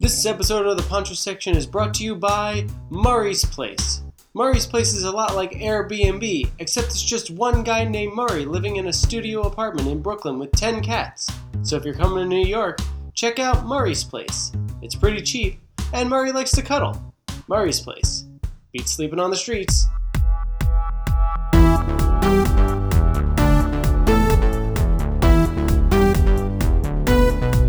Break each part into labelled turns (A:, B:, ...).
A: This episode of the Poncho Section is brought to you by Murray's Place. Murray's Place is a lot like Airbnb, except it's just one guy named Murray living in a studio apartment in Brooklyn with 10 cats. So if you're coming to New York, check out Murray's Place. It's pretty cheap, and Murray likes to cuddle. Murray's Place. Beats sleeping on the streets.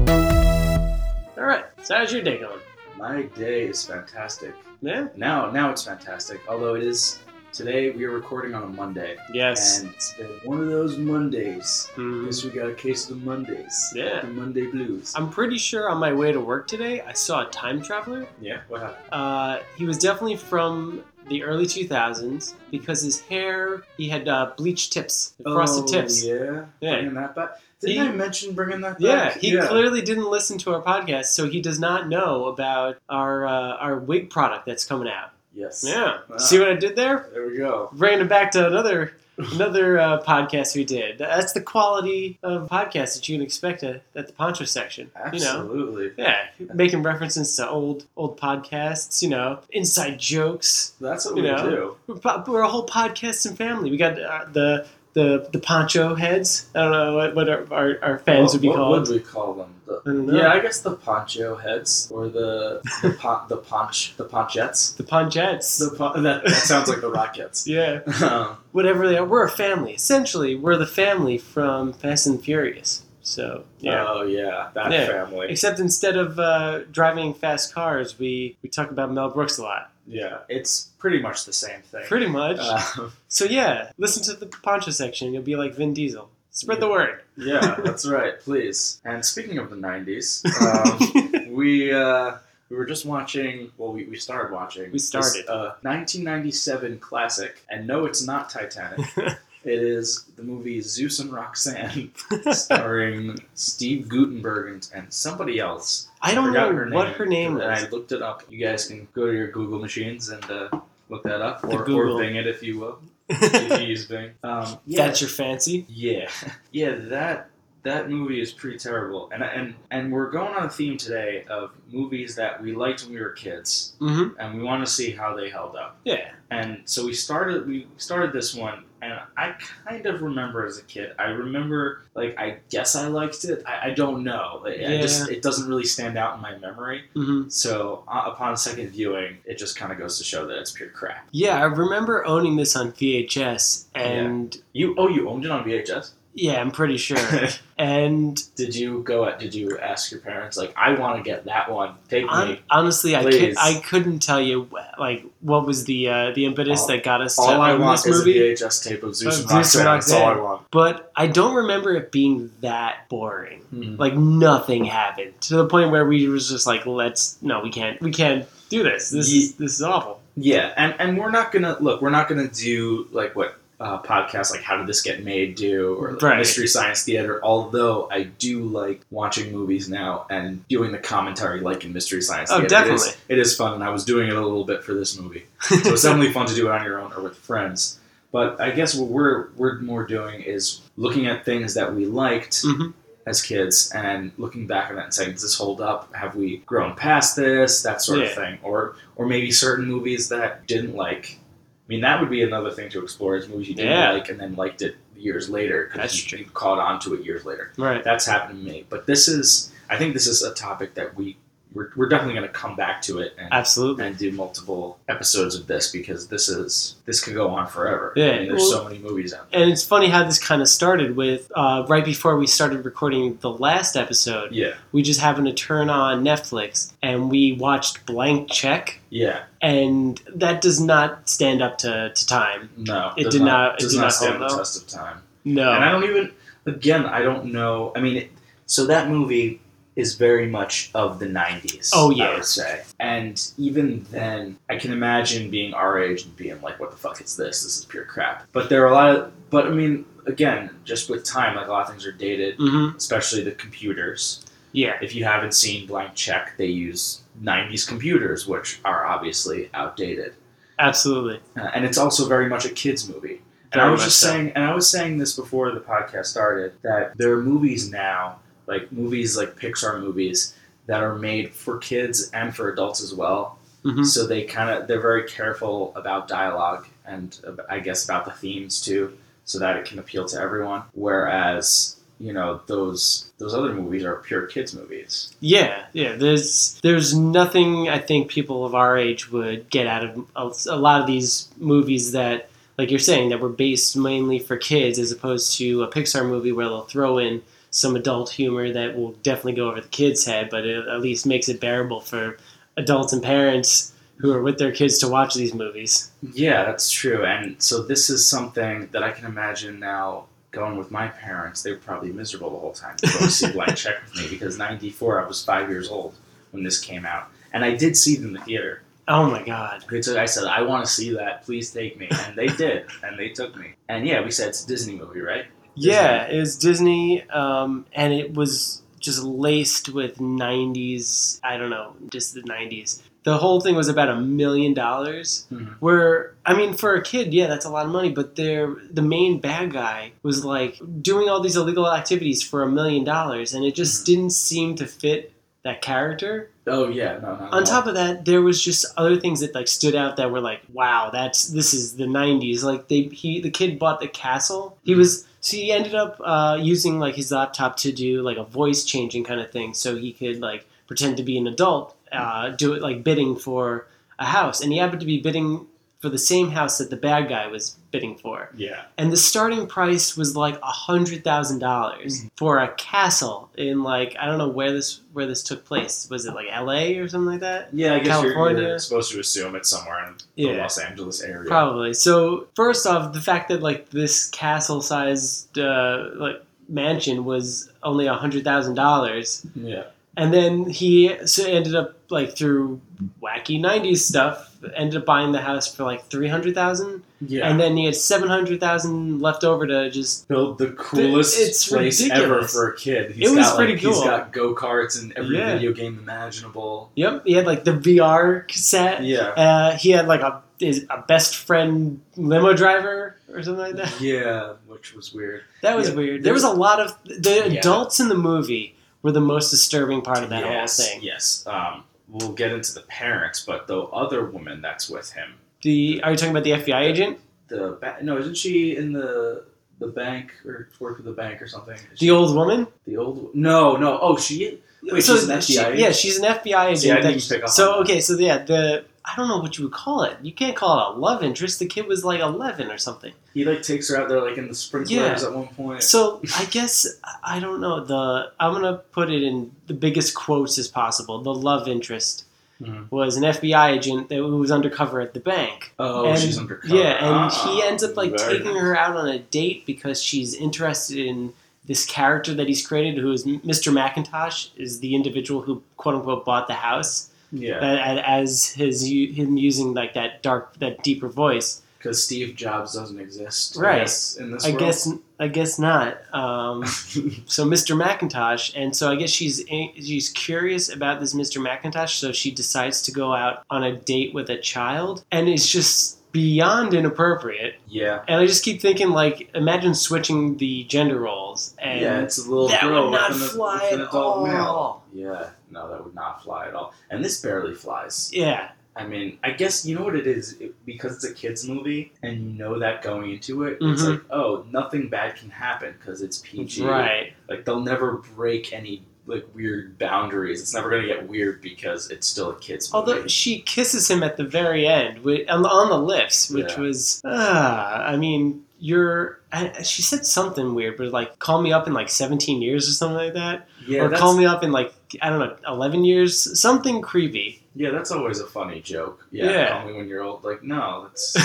A: All right, so how's your day going?
B: My day is fantastic.
A: Yeah?
B: Now, now it's fantastic. Although it is today, we are recording on a Monday,
A: Yes.
B: and it's been one of those Mondays.
A: Hmm.
B: Guess we got a case of the Mondays.
A: Yeah.
B: The Monday blues.
A: I'm pretty sure on my way to work today, I saw a time traveler.
B: yeah. What happened?
A: Uh, he was definitely from the early 2000s because his hair, he had uh, bleached tips, frosted
B: oh,
A: tips. Yeah,
B: Yeah.
A: Yeah.
B: Bringing that back.
A: He-
B: Didn't I mention bringing that back?
A: he clearly didn't listen to our podcast, so he does not know about our uh, our wig product that's coming out.
B: Yes.
A: Yeah,
B: Wow.
A: see what I did there?
B: There we go.
A: Bringing it back to another another uh, podcast we did. That's the quality of podcast that you can expect at, at the Poncho section. You know,
B: Absolutely.
A: Yeah, making references to old old podcasts, you know, inside jokes.
B: That's what
A: You
B: we
A: know.
B: do.
A: We're, po- we're a whole podcast and family. We got uh, the the the poncho heads. I don't know what, what our, our, our fans
B: what,
A: would be
B: what
A: called.
B: would we call them? The-
A: I don't know.
B: yeah, I guess the poncho heads or the the, pon- the ponch the ponchettes.
A: the ponchettes.
B: The pon- that, that sounds like the rockets.
A: yeah,
B: Um,
A: whatever they are, we're a family. Essentially, we're the family from Fast and Furious. So yeah.
B: Oh yeah, that
A: Yeah.
B: family.
A: Except instead of uh, driving fast cars, we, we talk about Mel Brooks a lot.
B: Yeah, it's pretty much the same thing.
A: Pretty much.
B: Uh,
A: so, yeah, listen to the poncho section. You'll be like Vin Diesel. Spread the
B: Yeah.
A: word.
B: yeah, that's right. Please. And speaking of the '90s, um, we uh, we were just watching. Well, we, we started watching.
A: We started.
B: this, uh, 1997 classic, and no, it's not Titanic. It is the movie Zeus and Roxanne, starring Steve Gutenberg and, and somebody else.
A: I don't
B: Forgot
A: know what her name
B: and
A: is.
B: I looked it up. You guys can go to your Google machines and uh, look that up,
A: The
B: or,
A: Google.
B: or Bing it if you will. if you use Bing. Um, yeah,
A: That's your fancy.
B: yeah, yeah. That that movie is pretty terrible, and and and we're going on a theme today of movies that we liked when we were kids,
A: Mm-hmm.
B: and we want to see how they held up.
A: Yeah.
B: And so we started we started this one, and I kind of remember as a kid. I remember like I guess I liked it. I, I don't know. Like, I just it doesn't really stand out in my memory.
A: Mm-hmm.
B: So uh, upon second viewing, it just kind of goes to show that it's pure crap.
A: Yeah, I remember owning this on VHS, and
B: You oh you owned it on VHS.
A: yeah, I'm pretty sure. and
B: did you go at did you ask your parents like i want to get that one take
A: hon-
B: me
A: honestly, I, could,
B: Please.
A: I couldn't tell you wh- like what was the uh, the impetus
B: All-
A: that got us to
B: all i
A: own
B: want
A: this
B: is
A: movie.
B: a vhs tape of
A: Zeus
B: zeus
A: and
B: and
A: Roxanne.
B: roxanne that's all i want
A: But I don't remember it being that boring. Like nothing happened to the point where we was just like, let's no, we can't, we can't do this. This is this is awful.
B: yeah and and we're not gonna look we're not gonna do like what uh, podcasts like how did this get made do or like,
A: Right.
B: mystery science theater although i do like watching movies now and doing the commentary like in mystery science
A: Oh,
B: theater It is-
A: definitely.
B: it is fun and i was doing it a little bit for this movie so it's definitely fun to do it on your own or with friends. But I guess what we're we're more doing is looking at things that we liked
A: Mhm.
B: as kids and looking back on that and saying, does this hold up? Have we grown past this? That sort
A: Yeah.
B: of thing, or or maybe certain movies that didn't like. I mean, that would be another thing to explore is movies you didn't
A: Yeah.
B: like and then liked it years later
A: That's
B: because
A: true.
B: you, you caught on to it years later.
A: right.
B: That's happened to me. But this is, I think, this is a topic that we we're, we're definitely going to come back to it and
A: Absolutely.
B: and do multiple episodes of this because this is this could go on forever.
A: Yeah,
B: I mean, there's
A: well-
B: so many movies out.
A: And it's funny how this kind of started with uh, right before we started recording the last
B: there.
A: episode,
B: Yeah,
A: we just happened to turn on Netflix and we watched Blank Check,
B: yeah,
A: and that does not stand up to, to time.
B: no,
A: It
B: does
A: did not- it
B: does
A: did
B: not
A: not
B: stand
A: hold
B: the
A: up.
B: test of time. And I
A: No.
B: don't even. Again, I don't know. I mean, it, so that movie is very much of the '90s.
A: Oh,
B: I
A: yeah.
B: would say. And even then, I can imagine being our age and being like, "What the fuck is this? This is pure crap." But there are a lot of. But I mean, again, just with time, like a lot of things are dated,
A: hmm
B: especially the computers.
A: Yeah.
B: If you haven't seen Blank Check, they use 90s computers, which are obviously outdated.
A: Absolutely.
B: Uh, and it's also very much a kids movie. And
A: Very
B: I was
A: much
B: just
A: so.
B: saying, and I was saying this before the podcast started, that there are movies now, like movies like Pixar movies, that are made for kids and for adults as well.
A: Mhm.
B: So they kind of they're very careful about dialogue and uh, I guess about the themes too, so that it can appeal to everyone. Whereas you know those those other movies are pure kids movies.
A: Yeah, yeah. There's there's nothing I think people of our age would get out of a, a lot of these movies that, like you're saying, that were based mainly for kids, as opposed to a Pixar movie where they'll throw in some adult humor that will definitely go over the kid's head, but it at least makes it bearable for adults and parents who are with their kids to watch these movies.
B: Yeah, that's true. And so this is something that I can imagine now going with my parents. They were probably miserable the whole time to go see Blank Check with me because '94 I was five years old when this came out, and I did see it in the theater.
A: Oh my god.
B: They took, I said, I want to see that. Please take me. And they did. And they took me. And yeah, we said it's a Disney movie, right?
A: Yeah, it was Disney, um, and it was just laced with 90s, I don't know, just the 90s. The whole thing was about a million dollars.
B: Mhm.
A: Where, I mean, for a kid, yeah, that's a lot of money, but they're, the main bad guy was like doing all these illegal activities for a million dollars, and it just
B: Mhm.
A: didn't seem to fit that character.
B: Oh, yeah. No, no.
A: On top of that, there was just other things that like stood out that were like, wow, that's this is the '90s. Like they, he, the kid bought the castle. He was so he ended up uh, using like his laptop to do like a voice changing kind of thing, so he could like pretend to be an adult, uh, do it like bidding for a house, and he happened to be bidding for the same house that the bad guy was bidding for
B: Yeah.
A: and the starting price was like a hundred thousand dollars
B: Mhm.
A: for a castle in like I don't know where this where this took place. Was it like L.A. or something like that?
B: Yeah, I guess you're,
A: California.
B: you're supposed to assume it's somewhere in the
A: Yeah.
B: Los Angeles area.
A: Probably. So first off, the fact that like this castle sized uh, like mansion was only a hundred thousand dollars,
B: Yeah.
A: and then he so ended up like through wacky '90s stuff ended up buying the house for like three hundred thousand,
B: Yeah.
A: and then he had seven hundred thousand left over to just
B: Built the coolest
A: It's
B: place ever
A: ridiculous.
B: for a kid. He's
A: was
B: got,
A: pretty
B: like,
A: cool.
B: He's got go karts and every
A: Yeah.
B: video game imaginable.
A: Yep, he had like the VR cassette.
B: Yeah.
A: Uh, he had like a his, a best friend limo driver or something like that.
B: Yeah, which was weird.
A: That was
B: Yeah.
A: weird. There was a lot of the
B: Yeah.
A: adults in the movie were the most disturbing part of that
B: yes,
A: whole thing.
B: Yes. Um, we'll get into the parents, but the other woman that's with him,
A: The are you talking about the FBI agent?
B: the ba- no, isn't she in the the bank or work at the bank or something? Is
A: The old woman?
B: she, the old no no oh she Wait, she's an
A: she-
B: FBI
A: yeah, she's an FBI agent.
B: See, I
A: that-
B: didn't pick up
A: so
B: on that.
A: okay, so yeah, the I don't know what you would call it. You can't call it a love interest. The kid was like eleven or something.
B: he like takes her out there like in the sprinklers at one point.
A: So I guess I don't know the. I'm gonna put it in the biggest quotes as possible. The love interest
B: Mhm.
A: was an FBI agent that who was undercover at the bank.
B: oh,
A: and-
B: she's undercover.
A: Yeah, and
B: Ah,
A: he ends up like
B: very
A: taking
B: nice.
A: her out on a date because she's interested in this character that he's created, who is Mr. McIntosh, is the individual who quote unquote bought the house,
B: Yeah,
A: but a- as his u- him using like that dark, that deeper voice.
B: because Steve Jobs doesn't exist. I
A: Right.
B: guess, in this
A: I
B: world.
A: guess I guess not. Um, so Mr. McIntosh, and so I guess she's she's curious about this Mr. McIntosh, so she decides to go out on a date with a child, and it's just beyond inappropriate.
B: yeah.
A: And I just keep thinking, like, imagine switching the gender roles, and
B: yeah, it's a little
A: that
B: girl
A: would not
B: with, an,
A: fly
B: with an
A: at
B: adult
A: all.
B: male. Yeah, no, that would not fly at all. And this barely flies.
A: Yeah,
B: I mean, I guess you know what it is it, because it's a kids movie, and you know that going into it, it's
A: Mhm.
B: like, oh, nothing bad can happen because it's PG.
A: right.
B: Like they'll never break any like weird boundaries. It's never gonna get weird because it's still a kids movie.
A: Although she kisses him at the very end wi- on the- on the lips, which
B: Yeah.
A: was, ah, I mean, you're. I, she said something weird, but like, call me up in like 17 years or something like that.
B: yeah,
A: or
B: that's,
A: call me up in like I don't know, eleven years, something creepy.
B: yeah, that's always a funny joke. Yeah,
A: Yeah.
B: call me when you're old. Like no, that's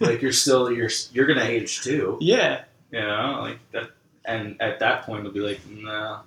B: like you're still you're you're gonna age too.
A: yeah.
B: You know, like that. And at that point, it'll be like, no,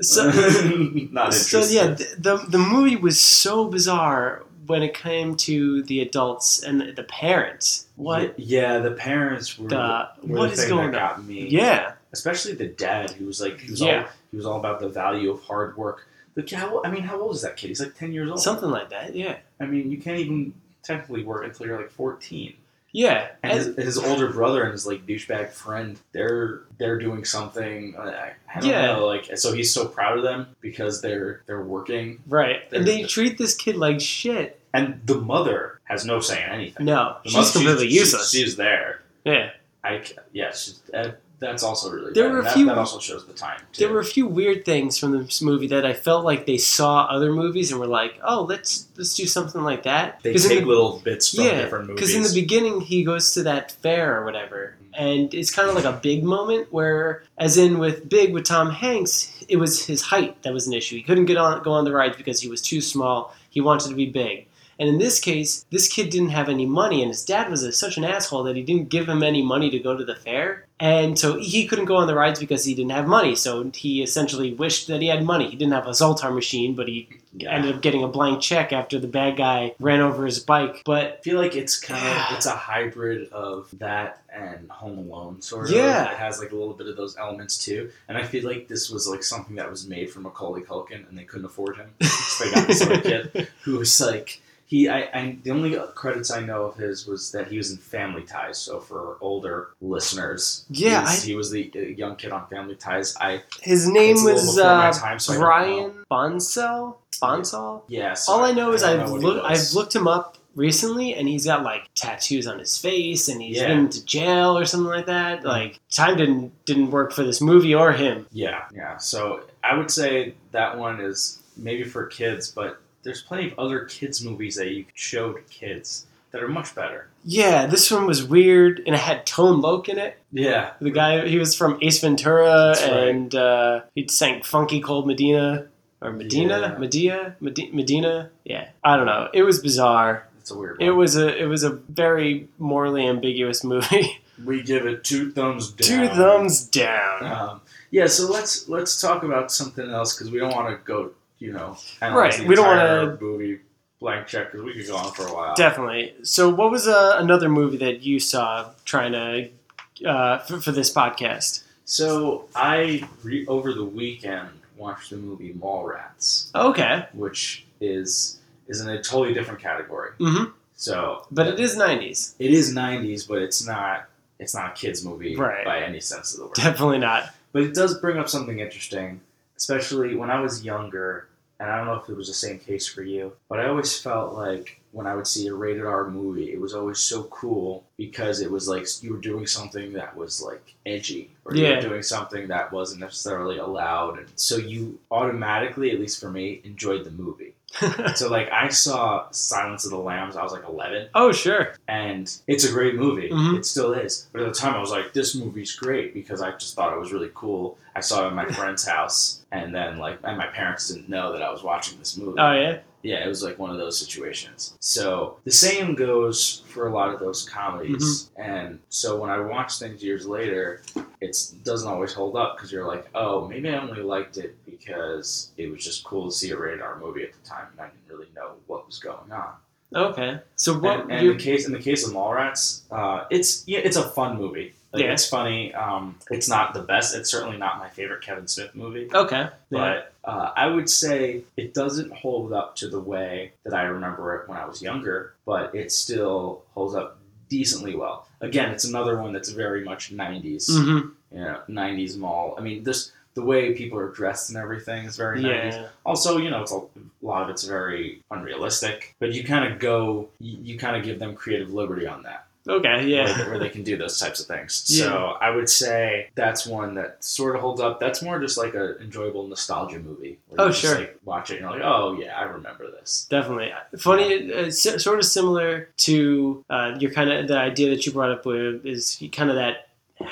A: So,
B: not
A: so
B: interested.
A: yeah, th- the the movie was so bizarre when it came to the adults and the, the parents. What
B: Yeah, the parents were.
A: the
B: were
A: what
B: the
A: is
B: thing
A: going
B: that
A: on?
B: Got me.
A: Yeah,
B: especially the dad who was like, he was all,
A: Yeah.
B: he was all about the value of hard work. Like, how, I mean, how old is that kid? He's like ten years old.
A: something like that. Yeah,
B: I mean, you can't even technically work until you're like fourteen.
A: Yeah.
B: And
A: as-
B: his, his older brother and his like douchebag friend, they're they're doing something. uh, I, I don't
A: Yeah.
B: know. Like, so he's so proud of them because they're they're working.
A: right. And
B: There's-
A: they treat this kid like shit.
B: And the mother has no say in anything.
A: No,
B: The mother-
A: she's completely
B: she's-
A: useless.
B: She's there.
A: yeah.
B: I c- yeah. She's, uh, that's also really.
A: There
B: bad.
A: were a
B: that,
A: few-
B: that also shows the time. Too.
A: There were a few weird things from this movie that I felt like they saw other movies and were like, "Oh, let's let's do something like that."
B: they
A: 'Cause in
B: take
A: the-
B: little bits from
A: Yeah,
B: different movies.
A: Because
B: Mm-hmm.
A: in the beginning, he goes to that fair or whatever, and it's kind of like a big moment where, as in with Big with Tom Hanks, it was his height that was an issue. He couldn't get on go on the rides because he was too small. He wanted to be big. And in this case, this kid didn't have any money, and his dad was a, such an asshole that he didn't give him any money to go to the fair. And so he couldn't go on the rides because he didn't have money. So he essentially wished that he had money. He didn't have a Zoltar machine, but he
B: yeah.
A: ended up getting a blank check after the bad guy ran over his bike. But
B: I feel like it's kind
A: Yeah.
B: of it's a hybrid of that and Home Alone sort of.
A: Yeah.
B: it has like a little bit of those elements too. And I feel like this was like something that was made for Macaulay Culkin, and they couldn't afford him, so they got this little kid who was like he. I, I the only credits I know of his was that he was in Family Ties. So for older listeners,
A: Yeah,
B: he's-
A: I-
B: he was the uh, young kid on Family Ties. I
A: His name
B: it's a little
A: was
B: before my
A: uh,
B: time, so I don't know.
A: Brian Bonsell. Bonsall.
B: Yeah, so
A: All I know is
B: don't
A: I've
B: know what he
A: looked. I've
B: was.
A: looked him up recently, and he's got like tattoos on his face, and he's
B: Yeah.
A: been to jail or something like that. Like time didn't didn't work for this movie or him.
B: Yeah, yeah. So I would say that one is maybe for kids, but there's plenty of other kids movies that you showed kids that are much better.
A: Yeah, this one was weird, and it had Tone Loc in it.
B: Yeah,
A: The guy he was from Ace Ventura,
B: That's right.
A: and uh, he sang "Funky Cold Medina." Or Medina,
B: Yeah.
A: Medea, Medi- Medina. Yeah, I don't know. It was bizarre.
B: it's a weird one.
A: It was a it was a very morally ambiguous movie.
B: we give it two thumbs down.
A: Two thumbs down.
B: Um, yeah. So let's let's talk about something else because we don't want to go. You know,
A: Right,
B: analyze The
A: we don't
B: entire
A: wanna-
B: movie blank check because we could go on for a while.
A: Definitely. So, what was uh, another movie that you saw trying to uh, for, for this podcast?
B: so I re- over the weekend watched the movie Mallrats.
A: Okay,
B: which is is in a totally different category.
A: Mhm.
B: So,
A: but it is '90s.
B: it is '90s, but it's not it's not a kids movie
A: Right.
B: by any sense of the word.
A: Definitely not.
B: but it does bring up something interesting, especially when I was younger, and I don't know if it was the same case for you, but I always felt like when I would see a rated R movie, it was always so cool because it was like you were doing something that was like edgy, or you
A: Yeah.
B: were doing something that wasn't necessarily allowed, and so you automatically, at least for me, enjoyed the movie. So like I saw Silence of the Lambs, I was like 11,
A: oh, sure.
B: and it's a great movie.
A: Mhm.
B: It still is. But at the time, I was like, this movie's great because I just thought it was really cool. I saw it at my friend's house, and then like, and my parents didn't know that I was watching this movie.
A: Oh yeah.
B: Yeah, it was like one of those situations. So the same goes for a lot of those comedies.
A: Mm-hmm.
B: And so when I watch things years later, it doesn't always hold up because you're like, oh, maybe I only liked it because it was just cool to see a rated R movie at the time, and I didn't really know what was going on.
A: Okay. So what?
B: And, and
A: you-
B: in the case in the case of Mallrats, uh, it's yeah, it's a fun movie. Like,
A: Yeah.
B: it's funny. Um, it's not the best. It's certainly not my favorite Kevin Smith movie.
A: okay. Yeah.
B: But uh, I would say it doesn't hold up to the way that I remember it when I was younger, but it still holds up decently well. Again, it's another one that's very much 90s,
A: Mhm.
B: you know, 90s mall. I mean, this the way people are dressed and everything is very 90s.
A: Yeah.
B: Also, you know, it's a, a lot of it's very unrealistic, but you kind of go, you, you kind of give them creative liberty on that
A: Okay.
B: where,
A: Yeah.
B: where they can do those types of things.
A: Yeah.
B: So I would say that's one that sort of holds up. That's more just like an enjoyable nostalgia movie. where
A: Oh,
B: you just,
A: sure.
B: like, watch it and you're like, oh yeah, I remember this.
A: Definitely. Funny, uh, s- sort of similar to uh, your kind of the idea that you brought up with is kind of that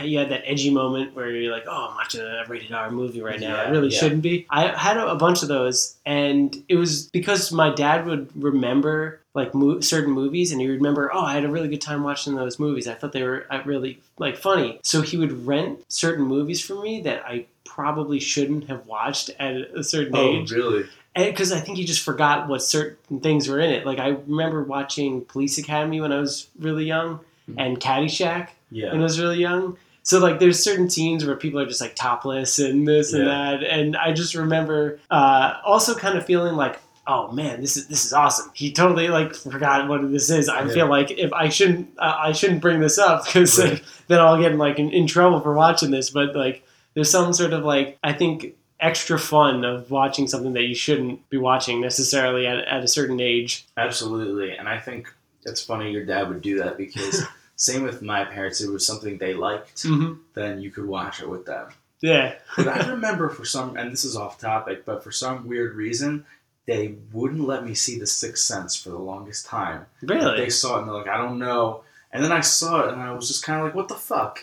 A: you had that edgy moment where you're like, oh, I'm watching a rated R movie right now. I
B: Yeah,
A: really
B: yeah.
A: shouldn't be. I had a, a bunch of those, and it was because my dad would remember like mo- certain movies, and he would remember, oh, I had a really good time watching those movies. I thought they were uh, really like funny. So he would rent certain movies for me that I probably shouldn't have watched at a certain
B: Oh,
A: age
B: really?
A: because I think you just forgot what certain things were in it. Like I remember watching Police Academy when I was really young,
B: Mhm.
A: and Caddyshack when
B: Yeah.
A: I was really young. So like, there's certain scenes where people are just like topless and this and
B: Yeah.
A: that, and I just remember uh, also kind of feeling like oh man, this is this is awesome. He totally like forgot what this is. I
B: Yeah.
A: feel like if I shouldn't, uh, I shouldn't bring this up because
B: Right.
A: like, then I'll get like in, in trouble for watching this. But like, there's some sort of like I think extra fun of watching something that you shouldn't be watching necessarily at, at a certain age.
B: Absolutely, and I think it's funny your dad would do that because same with my parents, it was something they liked,
A: Mm-hmm.
B: then you could watch it with them.
A: Yeah.
B: But I remember for some, and this is off topic, but for some weird reason, they wouldn't let me see The Sixth Sense for the longest time. They
A: Really?
B: saw it and they're like, I don't know. And then I saw it and I was just kind of like, what the fuck?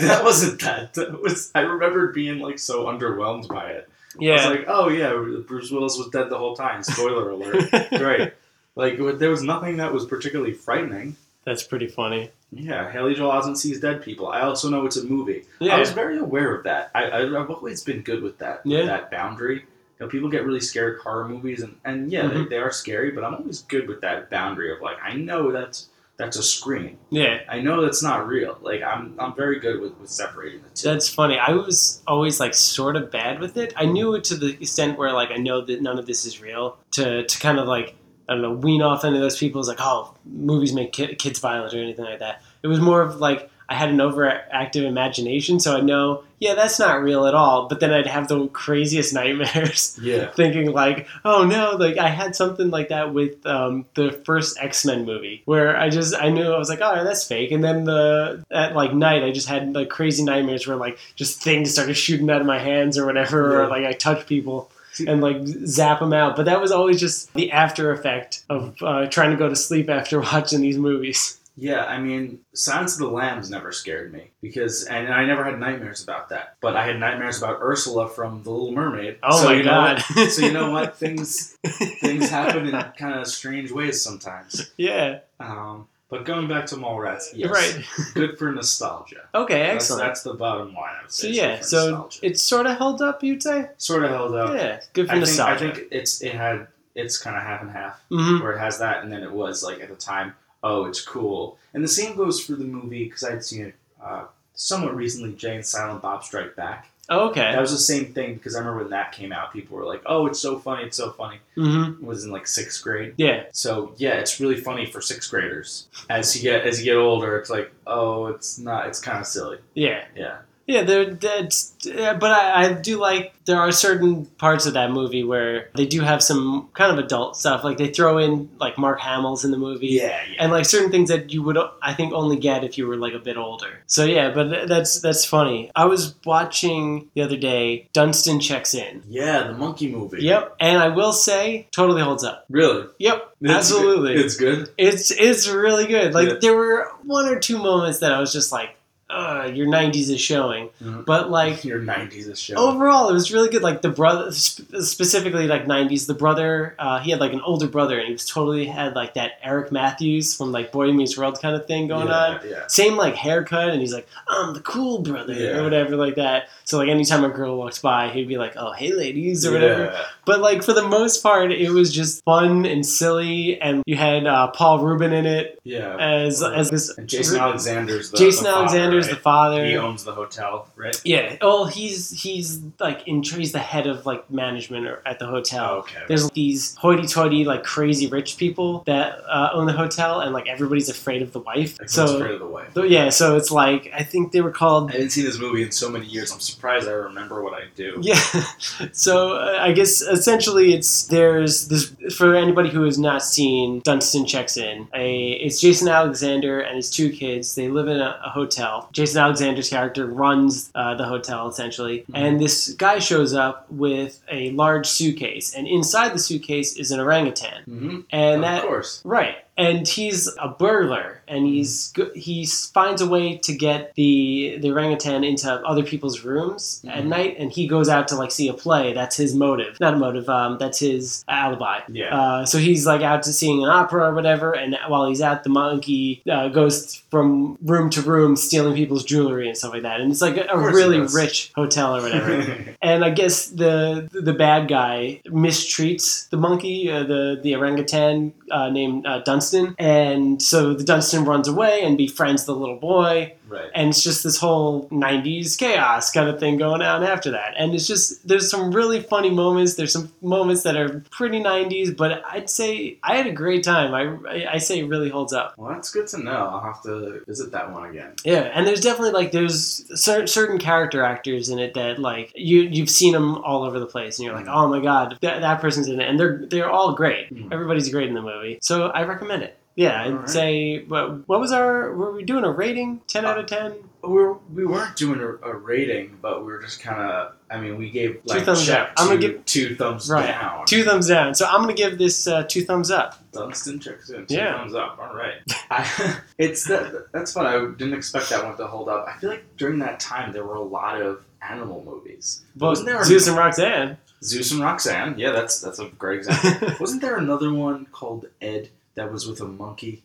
B: that wasn't that. that was, I remember being like so underwhelmed by it. I
A: yeah.
B: was like, oh yeah, Bruce Willis was dead the whole time. Spoiler alert. right. Like there was nothing that was particularly frightening.
A: That's
B: That's
A: pretty funny.
B: Yeah, Haley Joel Osment sees dead people. I also know it's a movie.
A: Yeah.
B: I was very aware of that. I, I, I've always been good with that, with
A: Yeah.
B: that boundary. You know, people get really scared of horror movies, and, and yeah,
A: Mhm.
B: they, they are scary, but I'm always good with that boundary of like, I know that's that's a screen.
A: yeah.
B: I know that's not real. Like, I'm I'm very good with, with separating the two.
A: That's funny. I was always like sort of bad with it. I knew it to the extent where like I know that none of this is real. To to kind of like I don't know wean off any of those people's like oh movies make ki- kids violent or anything like that. It was more of like I had an overactive imagination, so I know yeah that's not real at all. But then I'd have the craziest nightmares.
B: yeah.
A: Thinking like, oh no, like I had something like that with um, the first X Men movie, where I just I knew I was like, oh, that's fake, and then the at like night I just had like crazy nightmares where like just things started shooting out of my hands or whatever, or
B: Yeah.
A: like I touch people and like zap them out. But that was always just the after effect of uh, trying to go to sleep after watching these movies.
B: Yeah, I mean, Silence of the Lambs never scared me because, and I never had nightmares about that. But I had nightmares about Ursula from The Little Mermaid.
A: Oh
B: So
A: my
B: you know
A: god!
B: what- so you know what? Things things happen in kind of strange ways sometimes.
A: yeah,
B: Um, but going back to Mallrats, yes,
A: right.
B: good for nostalgia.
A: Okay,
B: That's-
A: excellent.
B: That's, the bottom line. I would say.
A: so
B: is good
A: yeah,
B: for
A: so
B: nostalgia.
A: it's sort of held up, you'd say.
B: sort of held up.
A: Yeah, good for
B: Uh, I think,
A: nostalgia.
B: I think it's it had it's kind of half and half
A: Mhm.
B: where it has that, and then it was like at the time, oh, it's cool. And the same goes for the movie because I'd seen it uh, somewhat recently, Jay and Silent Bob Strike Back. That
A: Okay.
B: was the same thing because I remember when that came out, people were like, oh, it's so funny, it's so funny.
A: Mm-hmm.
B: It was in like sixth grade.
A: Yeah.
B: So yeah, it's really funny for sixth graders. As you get as you get older, it's like oh, it's not. It's kind of silly.
A: Yeah.
B: Yeah,
A: Yeah. There. That's. yeah, But I, I do like there are certain parts of that movie where they do have some kind of adult stuff. Like they throw in like Mark Hamill's in the movie.
B: yeah, yeah.
A: And like certain things that you would, I think, only get if you were like a bit older. So yeah, but th- that's that's funny. I was watching the other day. Dunstan checks in.
B: Yeah, the monkey movie.
A: Yep, and I will say, totally holds up.
B: Really?
A: Yep,
B: It's good-
A: absolutely.
B: It's good.
A: It's it's really good. Like
B: Yeah.
A: there were one or two moments that I was just like, Ugh, your '90s is showing,
B: Mhm.
A: but like Oh,
B: your '90s is show.
A: overall, it was really good. Like the brother, sp- specifically like '90s, the brother uh, he had like an older brother, and he was totally had like that Eric Matthews from like Boy Meets World kind of thing going
B: yeah,
A: on.
B: Yeah.
A: Same like haircut, and he's like, "I'm the cool brother"
B: Yeah.
A: or whatever like that. So like anytime a girl walked by, he'd be like, "Oh, hey, ladies" or whatever.
B: Yeah.
A: But like for the most part, it was just fun and silly, and you had uh, Paul Rubin in it
B: Yeah.
A: as as this
B: Uh, And Jason Alexander's the
A: Jason
B: the father,
A: Alexander's
B: right?
A: the father.
B: He owns the hotel, right?
A: yeah. Oh, he's he's like in he's the head of like management or, at the hotel.
B: Oh, okay.
A: There's these hoity-toity like crazy rich people that uh, own the hotel, and like everybody's afraid of the wife.
B: Like,
A: so
B: that's afraid of the wife.
A: so, yeah, so it's like I think they were called.
B: I haven't seen this movie in so many years. I'm surprised I remember what I do.
A: Yeah, so uh, I guess essentially it's there's this for anybody who has not seen Dunstan checks in. A it's Jason Alexander and his two kids. They live in a, a hotel. Jason Alexander's character runs uh, the hotel essentially,
B: Mhm.
A: and this guy shows up with a large suitcase, and inside the suitcase is an orangutan,
B: hmm
A: and
B: of
A: that
B: course.
A: Right, and he's a burglar, and
B: Mm-hmm.
A: he's go- he finds a way to get the the orangutan into other people's rooms at
B: Mhm.
A: night, and he goes out to like see a play. That's his motive, not motive. Um, that's his alibi.
B: Yeah.
A: Uh, so he's like out to seeing an opera or whatever, and while he's out, the monkey uh, goes from room to room stealing people's jewelry and stuff like that. And it's like a, a
B: course he
A: really
B: does.
A: rich hotel or whatever and I guess the the bad guy mistreats the monkey, uh, the the orangutan uh, named uh, Dunstan, and so the Dunstan runs away and befriends the little boy,
B: Right.
A: and it's just this whole 90s chaos kind of thing going on after that and it's just there's some really funny moments there's some moments that are pretty 90s but i'd say i had a great time i, I- I say it really holds up
B: Well, that's good to know. I'll have to visit that one again.
A: yeah and there's definitely like there's cer- certain character actors in it that like you you've seen them all over the place and you're
B: Mm.
A: like oh my god that, that person's in it and they're they're all great
B: Mhm.
A: everybody's great in the movie so i recommend it yeah, I'd
B: All right.
A: say. What, what was our? Were we doing a rating? Ten
B: Uh,
A: out of ten?
B: We were, we weren't doing a, a rating, but we were just kind of. I mean, we gave like
A: thumbs
B: check
A: up. I'm gonna
B: two-
A: give-
B: two thumbs
A: Right.
B: down.
A: Two thumbs down. So I'm gonna give this uh, two thumbs up.
B: Dunstan checks in. Two
A: Yeah.
B: thumbs up. All right. I, it's that, that's fun. I didn't expect that one to hold up. I feel like during that time there were a lot of animal movies.
A: Well,
B: Wasn't there a-
A: Zeus and Roxanne.
B: Zeus and Roxanne. Yeah, that's that's a great example.
A: Ed.
B: Wasn't there another one called Ed that was with a monkey?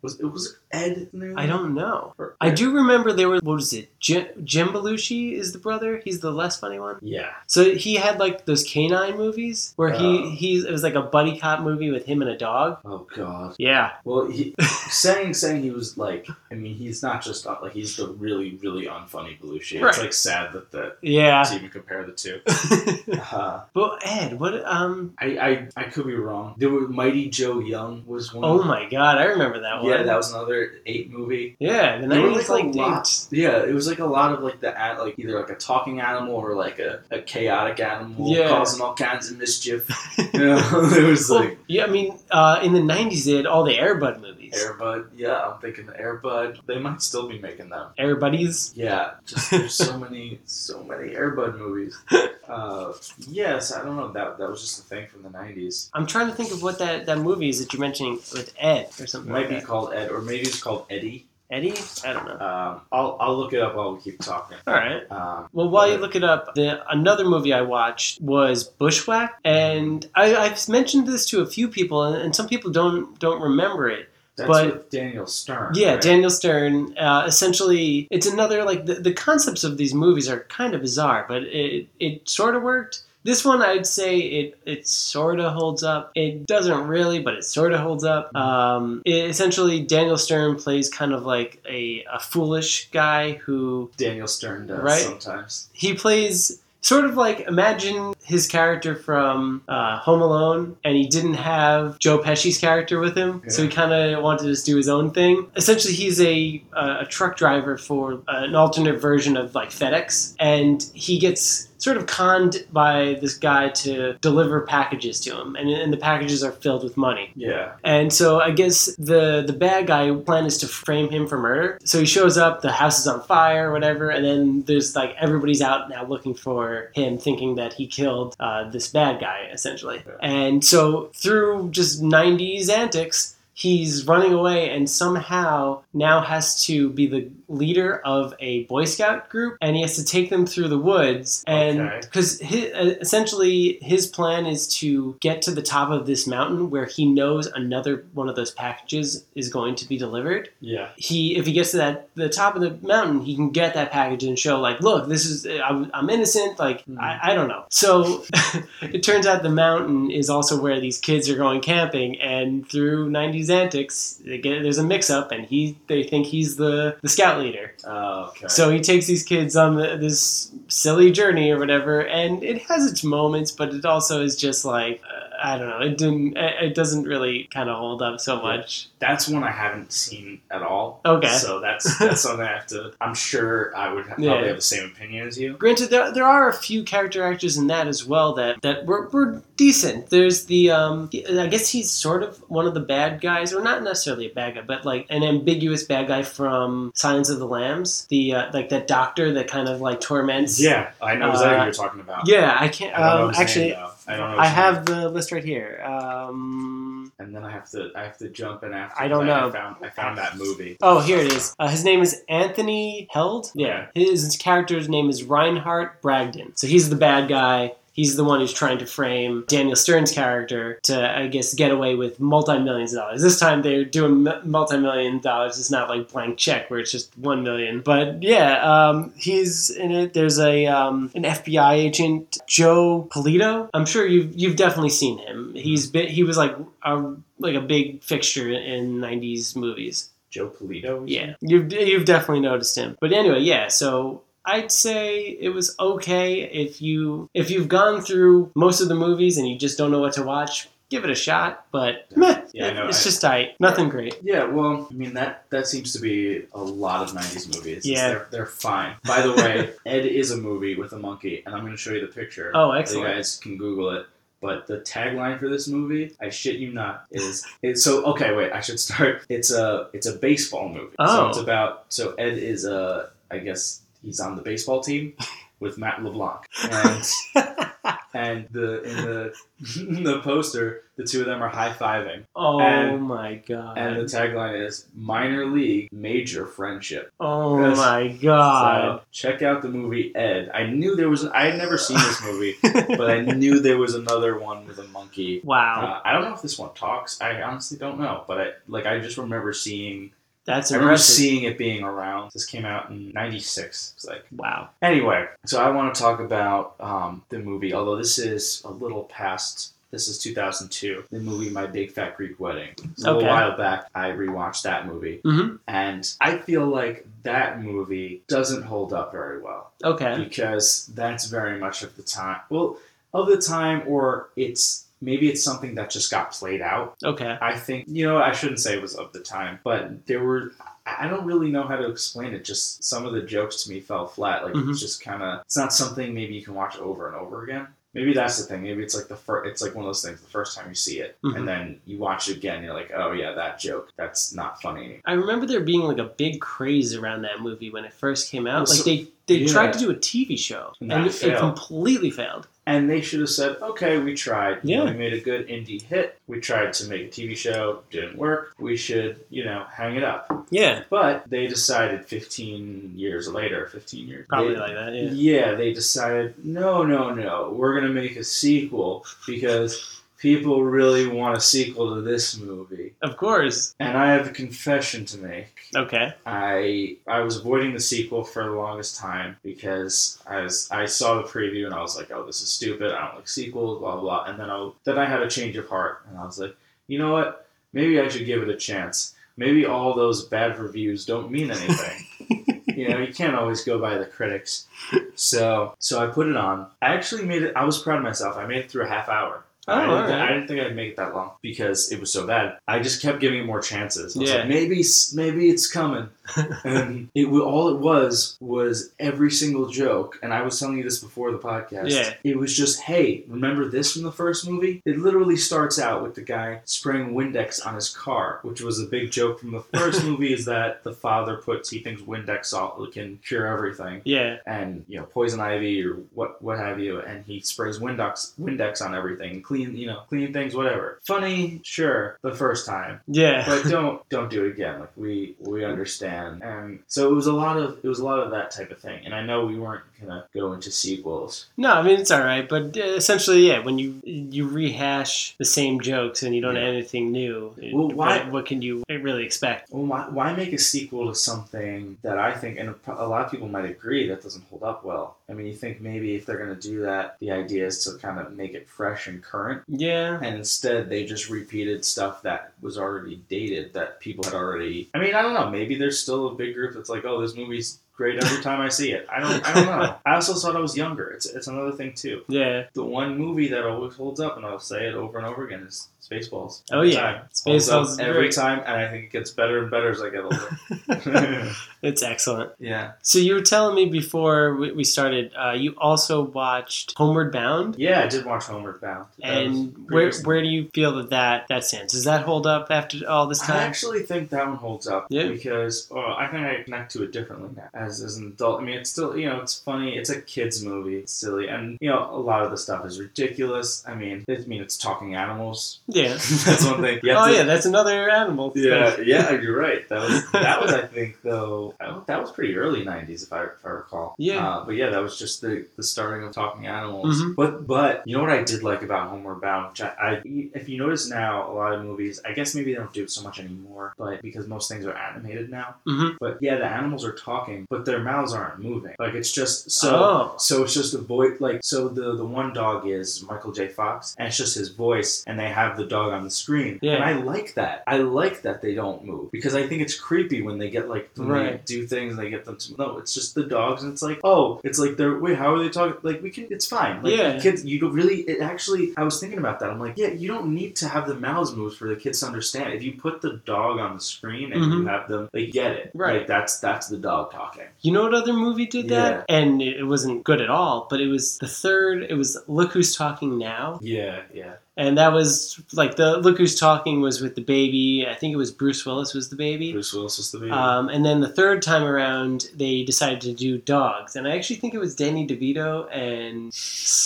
B: Was it was it Ed?
A: I don't know.
B: Or-
A: I do remember there was, what was it? Jim, Jim Belushi is the brother. He's the less funny one.
B: Yeah.
A: So he had like those canine movies where
B: Oh.
A: he, he, it was like a buddy cop movie with him and a dog.
B: Oh God.
A: Yeah.
B: Well, he, saying saying he was like, I mean, he's not just not, like he's the really really unfunny Belushi.
A: Right. Ah.
B: It's like sad that the
A: Yeah.
B: to even compare the two. Uh,
A: well, Ed, what, um,
B: I, I I could be wrong. There were Mighty Joe Young was one.
A: oh my God, I remember that one.
B: Yeah, that was another eight movie.
A: yeah. The
B: There were
A: 90s
B: like a
A: like
B: lot.
A: dates.
B: Yeah, it was like a lot of like the ad, like either like a talking animal or like a, a chaotic animal
A: Yeah.
B: causing all kinds of mischief. you know, it was
A: Well,
B: like
A: yeah, I mean, uh, in the 90s they had all the Airbud movies.
B: Airbud. Yeah, I'm thinking the Airbud. They might still be making them.
A: Airbuddies.
B: Yeah, just there's so many, so many Airbud movies. Uh, yes, I don't know that that was just a thing from the '90s.
A: I'm trying to think of what that, that movie is that you're mentioning with Ed or
B: It
A: something
B: might
A: like
B: be
A: that.
B: called Ed, or maybe it's called Eddie.
A: Eddie? I don't know.
B: Um, I'll I'll look it up while we keep talking.
A: All right.
B: Um,
A: Well, while you look it up, the, another movie I watched was Bushwhack, and I, I've mentioned this to a few people, and, and some people don't don't remember it.
B: that's
A: But-
B: with Daniel Stern.
A: Yeah,
B: right?
A: Daniel Stern. Uh, essentially, it's another like the, the concepts of these movies are kind of bizarre, but it it sort of worked. This one, I'd say it it sort of holds up. It doesn't really, but it sort of holds up. Um, it- essentially, Daniel Stern plays kind of like a, a foolish guy who
B: Daniel Stern does
A: Right?
B: sometimes.
A: he plays sort of like imagine his character from uh, Home Alone, and he didn't have Joe Pesci's character with him, so he kind of wanted to just do his own thing. Essentially, he's a uh, a truck driver for uh, an alternate version of like FedEx, and he gets sort of conned by this guy to deliver packages to him, and, and the packages are filled with money.
B: Yeah,
A: And so I guess the the bad guy plan is to frame him for murder. So he shows up, the house is on fire, whatever, and then there's like everybody's out now looking for him, thinking that he killed uh, this bad guy essentially.
B: Yeah.
A: And so through just '90s antics. He's running away and somehow now has to be the leader of a Boy Scout group, and he has to take them through the woods. And
B: Okay.
A: because essentially his plan is to get to the top of this mountain where he knows another one of those packages is going to be delivered.
B: yeah,
A: He, if he gets to that the top of the mountain, he can get that package and show like, look, this is I'm, I'm innocent. Like
B: Hmm.
A: I, I don't know. So it turns out the mountain is also where these kids are going camping, and through '90s antics, they get, there's a mix-up, and he they think he's the the scout leader.
B: Oh, okay.
A: So he takes these kids on the, this silly journey or whatever, and it has its moments, but it also is just like uh, I don't know. It didn't. It it doesn't really kind of hold up so much.
B: that's one I haven't seen at all.
A: Okay.
B: so that's that's something I have to. I'm sure I would ha- probably
A: Yeah.
B: have the same opinion as you.
A: Granted, there, there are a few character actors in that as well that, that were, were decent. There's the, um, I guess he's sort of one of the bad guys, or not necessarily a bad guy, but like an ambiguous bad guy from Silence of the Lambs. The, uh, like that doctor that kind of like torments.
B: Yeah, I know exactly
A: Uh,
B: what you're talking about.
A: Yeah, I can't,
B: I don't know
A: um,
B: his
A: actually,
B: name, though. I don't know. his
A: I
B: name.
A: have the list right here. Um,
B: and then I have to I have to jump in after.
A: I don't
B: 'cause
A: know.
B: I found I found that movie.
A: oh, here it is. Uh, his name is Anthony Held. Yeah, his, his character's name is Reinhardt Bragdon. So he's the bad guy. He's the one who's trying to frame Daniel Stern's character to, I guess, get away with multi millions of dollars. This time they're doing multi million dollars. It's not like blank check where it's just one million. But yeah, um, he's in it. There's a um, an FBI agent, Joe Polito. I'm sure you've you've definitely seen him. He's been he was like a like a big fixture in '90s movies.
B: Joe Polito. or
A: Yeah, you've you've definitely noticed him. But anyway, yeah. So I'd say it was okay if you if you've gone through most of the movies and you just don't know what to watch. Give it a shot, but meh,
B: Yeah, I know,
A: it's
B: I-
A: just tight. Nothing great.
B: Yeah, well, I mean that that seems to be a lot of '90s movies. It's-
A: Yeah.
B: they're, they're fine. By the way, Ed is a movie with a monkey, and I'm going to show you the picture.
A: Oh,
B: You
A: excellent.
B: guys can Google it. But the tagline for this movie, I shit you not, is it's so okay. Wait, I should start. It's a it's a baseball movie.
A: Oh.
B: So it's about so Ed is a I guess he's on the baseball team with Matt LeBlanc and. And the in the in the poster, the two of them are high fiving,
A: Oh
B: And-
A: my god.
B: and the tagline is "Minor League, Major Friendship."
A: oh
B: Yes.
A: my god.
B: So check out the movie Ed. I knew there was. I had never seen this movie, but I knew there was another one with a monkey
A: wow,
B: uh, I don't know if this one talks. I honestly don't know, but I like I just remember seeing.
A: that's
B: I remember
A: impressive.
B: seeing it being around. This came out in '96. It's like
A: wow.
B: anyway. So I want to talk about um, the movie. Although this is a little past. This is 2002. The movie My Big Fat Greek Wedding. It's A
A: Okay.
B: little while back, I rewatched that movie,
A: Mhm.
B: and I feel like that movie doesn't hold up very well
A: Okay.
B: because that's very much of the time. Well, of the time, or it's maybe it's something that just got played out.
A: Okay.
B: I think you know I shouldn't say it was of the time, but there were. I I don't really know how to explain it. Just some of the jokes to me fell flat. Like
A: Mhm.
B: it's just kind of. It's not something maybe you can watch over and over again. Maybe that's the thing. Maybe it's like the first. It's like one of those things. The first time you see it,
A: Mhm.
B: and then you watch it again, you're like, oh yeah, that joke. That's not funny.
A: I remember there being like a big craze around that movie when it first came out.
B: Well,
A: Like
B: so-
A: they they
B: yeah.
A: tried to do a TV show
B: And
A: and,
B: that
A: it- it
B: failed.
A: completely failed.
B: And they should have said, okay, we tried. You know,
A: Yeah.
B: We made a good indie hit. We tried to make a TV show. Didn't work. We should, you know, hang it up.
A: Yeah,
B: But they decided 15 years later, 15 years
A: probably
B: they-
A: like that.
B: yeah.
A: Yeah.
B: they decided, no, no, no. We're going to make a sequel because people really want a sequel to this movie.
A: Of course.
B: And I have a confession to make.
A: Okay.
B: I I was avoiding the sequel for the longest time because I was I saw the preview and I was like, oh, this is stupid. I don't like sequels, blah blah. blah. And then I then I had a change of heart and I was like, you know what? Maybe I should give it a chance. Maybe all those bad reviews don't mean anything. you know, you can't always go by the critics. So so I put it on. I actually made it. I was proud of myself. I made it through a half hour.
A: Oh,
B: I, didn't,
A: all right.
B: I didn't think I'd make it that long because it was so bad. I just kept giving it more chances. I was
A: Yeah.
B: like, maybe s- maybe it's coming. and it wa- all it was was every single joke. And I was telling you this before the podcast.
A: Yeah.
B: It was just, hey, remember this from the first movie? It literally starts out with the guy spraying Windex on his car, which was a big joke from the first movie. Is that the father puts he thinks Windex all can cure everything
A: Yeah.
B: and you know poison ivy or what what have you and he sprays windex windex on everything clean you know clean things whatever funny sure the first time
A: Yeah.
B: but don't don't do it again like we we understand and so it was a lot of it was a lot of that type of thing and i know we weren't gonna go into sequels
A: No, I mean it's all right, but uh, essentially, yeah, when you you rehash the same jokes and you don't
B: Yeah.
A: add anything new, it-
B: Well, why-
A: What, what can you really expect?
B: well why, why make a sequel to something that i think and a lot of people might agree that doesn't hold up well i mean you think maybe if they're gonna do that the idea is to kind of make it fresh and current
A: Yeah.
B: and instead they just repeated stuff that was already dated that people had already i mean i don't know maybe there's still a big group that's like oh this movie's great every time i see it i don't i don't know i also thought i was younger it's, it's another thing too
A: Yeah.
B: the one movie that always holds up and i'll say it over and over again is spaceballs
A: Oh,
B: Every
A: yeah.
B: time.
A: Spaceballs
B: Holds up
A: is
B: every
A: great.
B: time and i think it gets better and better as i get older
A: It's excellent.
B: yeah
A: So you were telling me before we, we started, uh, you also watched Homeward Bound.
B: yeah i did watch homeward bound That was
A: And
B: pretty
A: where
B: recent.
A: where do you feel that, that that stands? Does that hold up after all this
B: I
A: time?
B: actually think that one holds up
A: Yeah.
B: because oh, I think I connect to it differently now as, as an adult. I mean, it's still, you know, it's funny. It's a kid's movie. It's silly. And, you know, a lot of the stuff is ridiculous. I mean, it, I mean it's talking animals.
A: Yeah.
B: That's one thing. You have
A: Oh
B: to-
A: yeah, that's another animal. thing.
B: Yeah, yeah, you're right. That was, that was I think, though, I don't- that was pretty early 90s, if I, if I recall.
A: Yeah.
B: Uh, but yeah, that was just the, the starting of Talking Animals.
A: Mhm.
B: But but you know what I did like about Homeward Bound? Which I, I, if you notice now, a lot of movies, I guess maybe they don't do it so much anymore, but because most things are animated now.
A: Mhm.
B: But yeah, the animals are talking, but their mouths aren't moving. Like, it's just so.
A: oh.
B: So it's just a voice, like so the the one dog is Michael J. Fox, and it's just his voice, and they have the dog on the screen.
A: Yeah.
B: And I like that. I like that they don't move because I think it's creepy when they get like when they
A: Right.
B: do things and they get them to no. It's just the dogs and it's like oh, it's like they're wait how are they talking? Like we can it's fine. Like,
A: Yeah.
B: Kids, you don't really. It actually, I was thinking about that. I'm like yeah, you don't need to have the mouths move for the kids to understand. If you put the dog on the screen and you have them, they get it.
A: Mm-hmm. Right.
B: Like, that's that's the dog talking.
A: You know what other movie did that? And it it wasn't good at all, but it was the third, it was Look Who's Talking Now.
B: Yeah, yeah.
A: And that was like the Look Who's Talking was with the baby. I think it was Bruce Willis was the baby.
B: Bruce Willis was the baby.
A: Um, and then the third time around, they decided to do dogs. And I actually think it was Danny DeVito and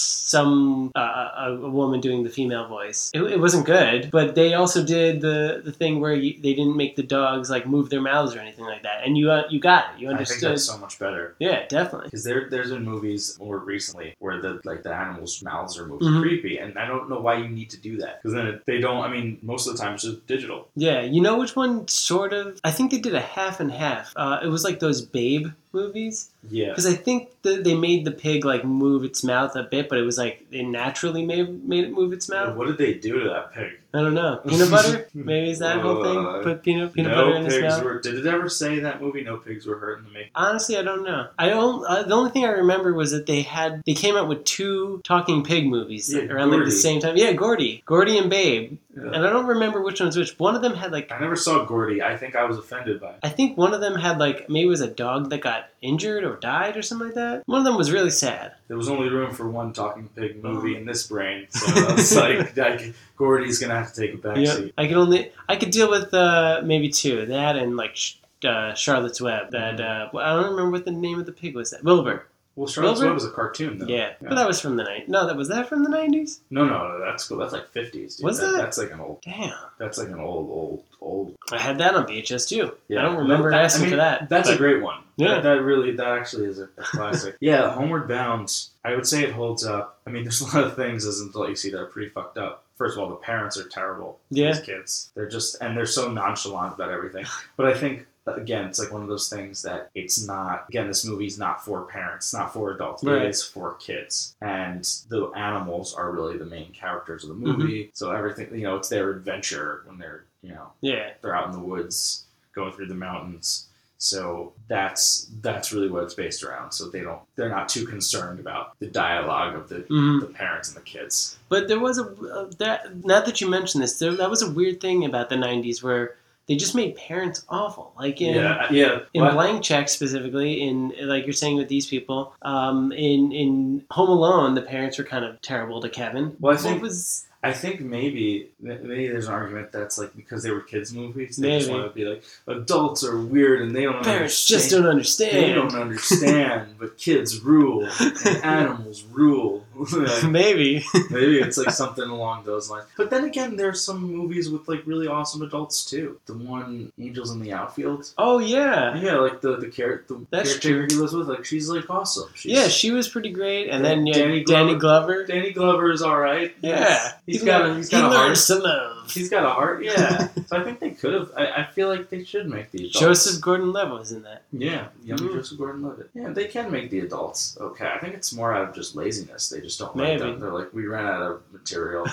A: some uh, a, a woman doing the female voice. It, it wasn't good, but they also did the, the thing where you, they didn't make the dogs like move their mouths or anything like that. And you uh, you got it. You
B: I think
A: understood.
B: that's so much better.
A: Yeah, definitely.
B: Because there, there's been movies more recently where the like the animals' mouths are moved
A: Mhm.
B: creepy, and I don't know why you need to do that. Because then it, they don't. I mean, most of the time it's just digital.
A: Yeah, you know which one sort of? I think they did a half and half. Uh, it was like those Babe movies
B: Yeah,
A: because I think that they made the pig like move its mouth a bit, but it was like they naturally made made it move its mouth.
B: What did they do to that pig?
A: I don't know. Peanut butter? Maybe it's that whole thing.
B: Mm-hmm. Uh,
A: Put peanut peanut
B: no
A: butter in
B: pigs
A: its mouth.
B: were. Did it ever say in that movie? No pigs were hurt in the making.
A: Honestly, I don't know. I don't. Uh, the only thing I remember was that they had they came out with two talking pig movies
B: Yeah,
A: around like
B: Gordy.
A: the same time. Yeah, Gordy, Gordy and Babe,
B: Yeah.
A: and I don't remember which one's which. One of them had like
B: I never saw Gordy. I think I was offended by. it.
A: I think one of them had like maybe it was a dog that got injured or died or something like that. One of them was really sad.
B: There was only room for one talking pig
A: Oh.
B: movie in this brain, so I was like, like Gordy's gonna have to take a back seat.
A: I could only I could deal with uh, maybe two that and like sh- uh, Charlotte's Web. That
B: Mm-hmm.
A: uh, well, I don't remember what the name of the pig was. That Wilbur.
B: Well, Charlotte's
A: Wilbur?
B: Web was a cartoon though.
A: Yeah. but that was from the night. No, that was that from the nineties.
B: No, no, no, that's cool. That's like fifties.
A: Was
B: that,
A: it?
B: That's like an old.
A: Damn,
B: That's like an old, old, old.
A: I had that on VHS too.
B: Yeah.
A: I don't remember
B: That- I
A: asking
B: mean,
A: for that.
B: That's a
A: but-
B: great one.
A: Yeah.
B: That, that really, that actually is a, a classic. yeah, Homeward Bound. I would say it holds up. I mean, there's a lot of things as an adult you see that are pretty fucked up. First of all, the parents are terrible.
A: Yeah.
B: These kids, they're just and they're so nonchalant about everything. But I think. Again, it's like one of those things that it's not. Again, this movie's not for parents, it's not for adults.
A: Right.
B: It is for kids, and the animals are really the main characters of the
A: Mm-hmm.
B: movie. So everything, you know, it's their adventure when they're, you know,
A: yeah,
B: they're out in the woods going through the mountains so that's that's really what it's based around so they don't they're not too concerned about the dialogue of the,
A: hmm
B: the parents and the kids
A: But there was a uh, that. Now that you mention this, there, that was a weird thing about the nineties where they just made parents awful. Like in
B: yeah yeah
A: in
B: Well,
A: blank check specifically in like you're saying with these people um, in in home alone the parents were kind of terrible to kevin
B: Well, I
A: what
B: think-
A: was
B: I think maybe maybe there's an argument that's like because they were kids movies they just
A: Maybe.
B: want to be like adults are weird and they don't
A: parents
B: understand.
A: just don't understand
B: they don't understand but kids rule and animals rule Like,
A: maybe
B: Maybe it's like something along those lines. But then again, there's some movies with like really awesome adults too. The one Angels in the Outfield.
A: oh yeah
B: Yeah, like the the character the
A: That's
B: character he lives with, like she's like awesome. She's,
A: yeah she was pretty great and then yeah,
B: Danny
A: danny,
B: Glover.
A: glover
B: Danny Glover is all right.
A: yeah
B: he's got a,
A: learned-
B: he's
A: he
B: got a
A: learned
B: heart.
A: some love
B: He's got a heart. Yeah. so I think they could have. I, I feel like they should make the adults.
A: joseph gordon-levitt was in that
B: Yeah, young
A: Mm.
B: Joseph Gordon-Levitt. Yeah, they can make the adults okay. I think it's more out of just laziness. They just don't like
A: Maybe.
B: them. They're like, we ran out of material.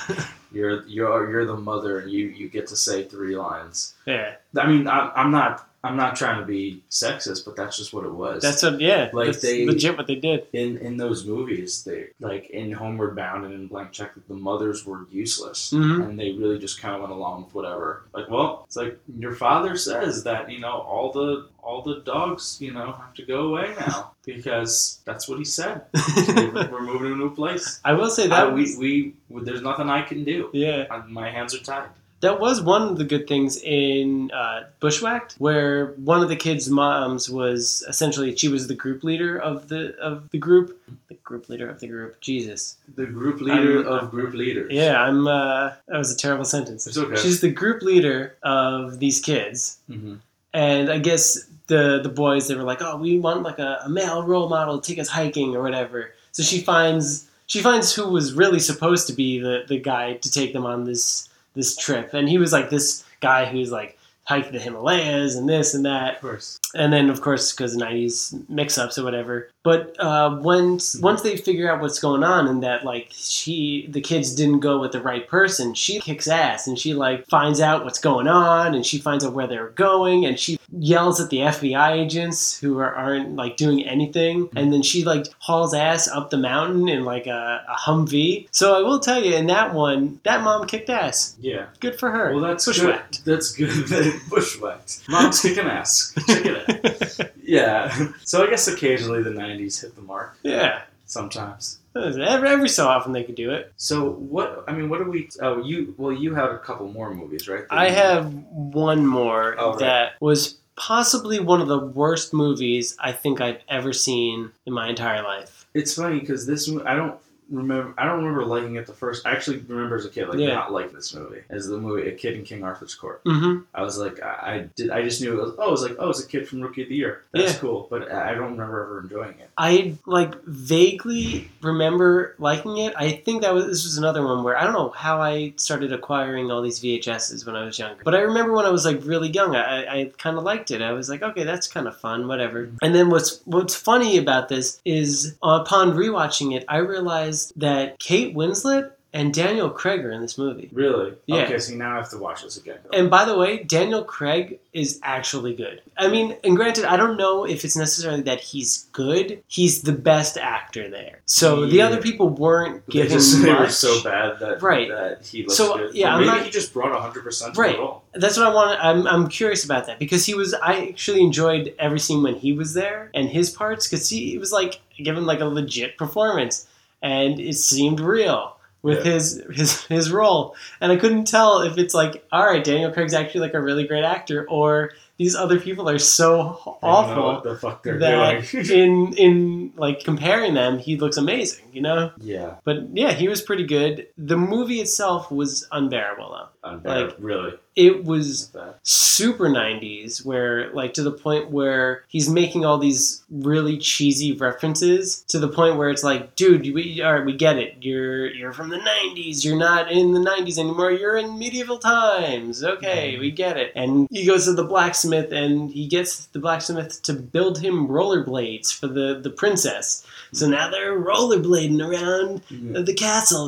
B: you're you're you're the mother, and you you get to say three lines.
A: yeah
B: I mean, I, I'm not I'm not trying to be sexist, but that's just what it was.
A: that's what yeah
B: Like
A: that's
B: they-
A: legit what they did
B: in in those movies, they like in Homeward Bound and in Blank Check, the mothers were useless.
A: Mhm.
B: And they really just kind of went along with whatever. Like, well, it's like your father says that you know all the all the dogs you know have to go away now because that's what he said. We're we're moving to a new place.
A: i will say that
B: That we,
A: was-
B: we there's nothing I can do.
A: yeah
B: I- My hands are tied.
A: That was one of the good things in uh, Bushwhacked, where one of the kids' moms was essentially she was the group leader of the of the group, the group leader of the group. Jesus,
B: The group leader
A: I'm-
B: of group leaders.
A: yeah, I'm. Uh, that was a terrible sentence.
B: It's okay.
A: She's the group leader of these kids,
B: hmm
A: and I guess the the boys they were like, oh, we want like a, a male role model to take us hiking or whatever. So she finds she finds who was really supposed to be the the guy to take them on this this trip, and he was like this guy who's like hike the Himalayas and this and that
B: Of course.
A: and then of course because nineties mix-ups or whatever. But uh, once once they figure out what's going on and that like she the kids didn't go with the right person, she kicks ass and she like finds out what's going on and she finds out where they're going and she yells at the FBI agents who are, aren't like doing anything and then she like hauls ass up the mountain in like a, a Humvee. So I will tell you in that one, that mom kicked ass.
B: Yeah.
A: Good for her.
B: Well, that's
A: Bushwhacked.
B: Good. That's good. that it Bushwhacked. Mom's kicking ass. Check it out. Yeah. So I guess occasionally the '90s hit the mark.
A: yeah.
B: Sometimes.
A: Every, every so often they could do it.
B: So what? I mean, what are we? Oh, you. Well, you have a couple more movies, right? that
A: I
B: you-
A: have one more
B: Oh, right.
A: that was possibly one of the worst movies I think I've ever seen in my entire life.
B: It's funny because this mo- I don't remember. I don't remember liking it the first. I actually remember as a kid like
A: Yeah.
B: not liking this movie as the movie A Kid in King Arthur's Court.
A: Mm-hmm.
B: I was like, I, I did. I just knew it was. Oh, it was like, oh, it's a kid from Rookie of the Year. That's cool. But I I don't remember ever enjoying it.
A: I like vaguely remember liking it. I think that was this was another one where I don't know how I started acquiring all these VHSs when I was younger, but I remember when I was like really young, I, I- I kind of liked it. I was like, okay, that's kind of fun, whatever. And then what's what's funny about this is upon rewatching it, I realized that Kate Winslet and Daniel Craig are in this movie.
B: Really?
A: Yeah.
B: Okay, so now I have to watch this again.
A: And by the way, Daniel Craig is actually good. I mean, and granted, I don't know if it's necessarily that he's good. He's the best actor there. So the
B: Yeah.
A: other people weren't
B: they
A: giving
B: just they
A: much.
B: were so bad that
A: Right.
B: that he looked
A: So,
B: good.
A: yeah, I'm
B: Or maybe
A: not-
B: he just brought hundred percent to
A: Right.
B: the role.
A: That's what I want. I'm I'm curious about that because he was. I actually enjoyed every scene when he was there and his parts because he, he was like given like a legit performance and it seemed real with
B: Yeah.
A: his his his role and I couldn't tell if it's like all right Daniel Craig's actually like a really great actor or these other people are so
B: They don't know
A: awful
B: what the fuck they're
A: that
B: doing.
A: in in like comparing them he looks amazing you know
B: yeah,
A: but yeah he was pretty good the movie itself was unbearable though
B: unbearable.
A: Like-
B: really
A: it was
B: bad.
A: super 90s where like to the point where he's making all these really cheesy references to the point where it's like dude we all right we get it you're you're from the 90s you're not in the 90s anymore you're in medieval times okay we get it and he goes to the blacksmith and he gets the blacksmith to build him rollerblades for the the princess so now they're rollerblading around of the castle.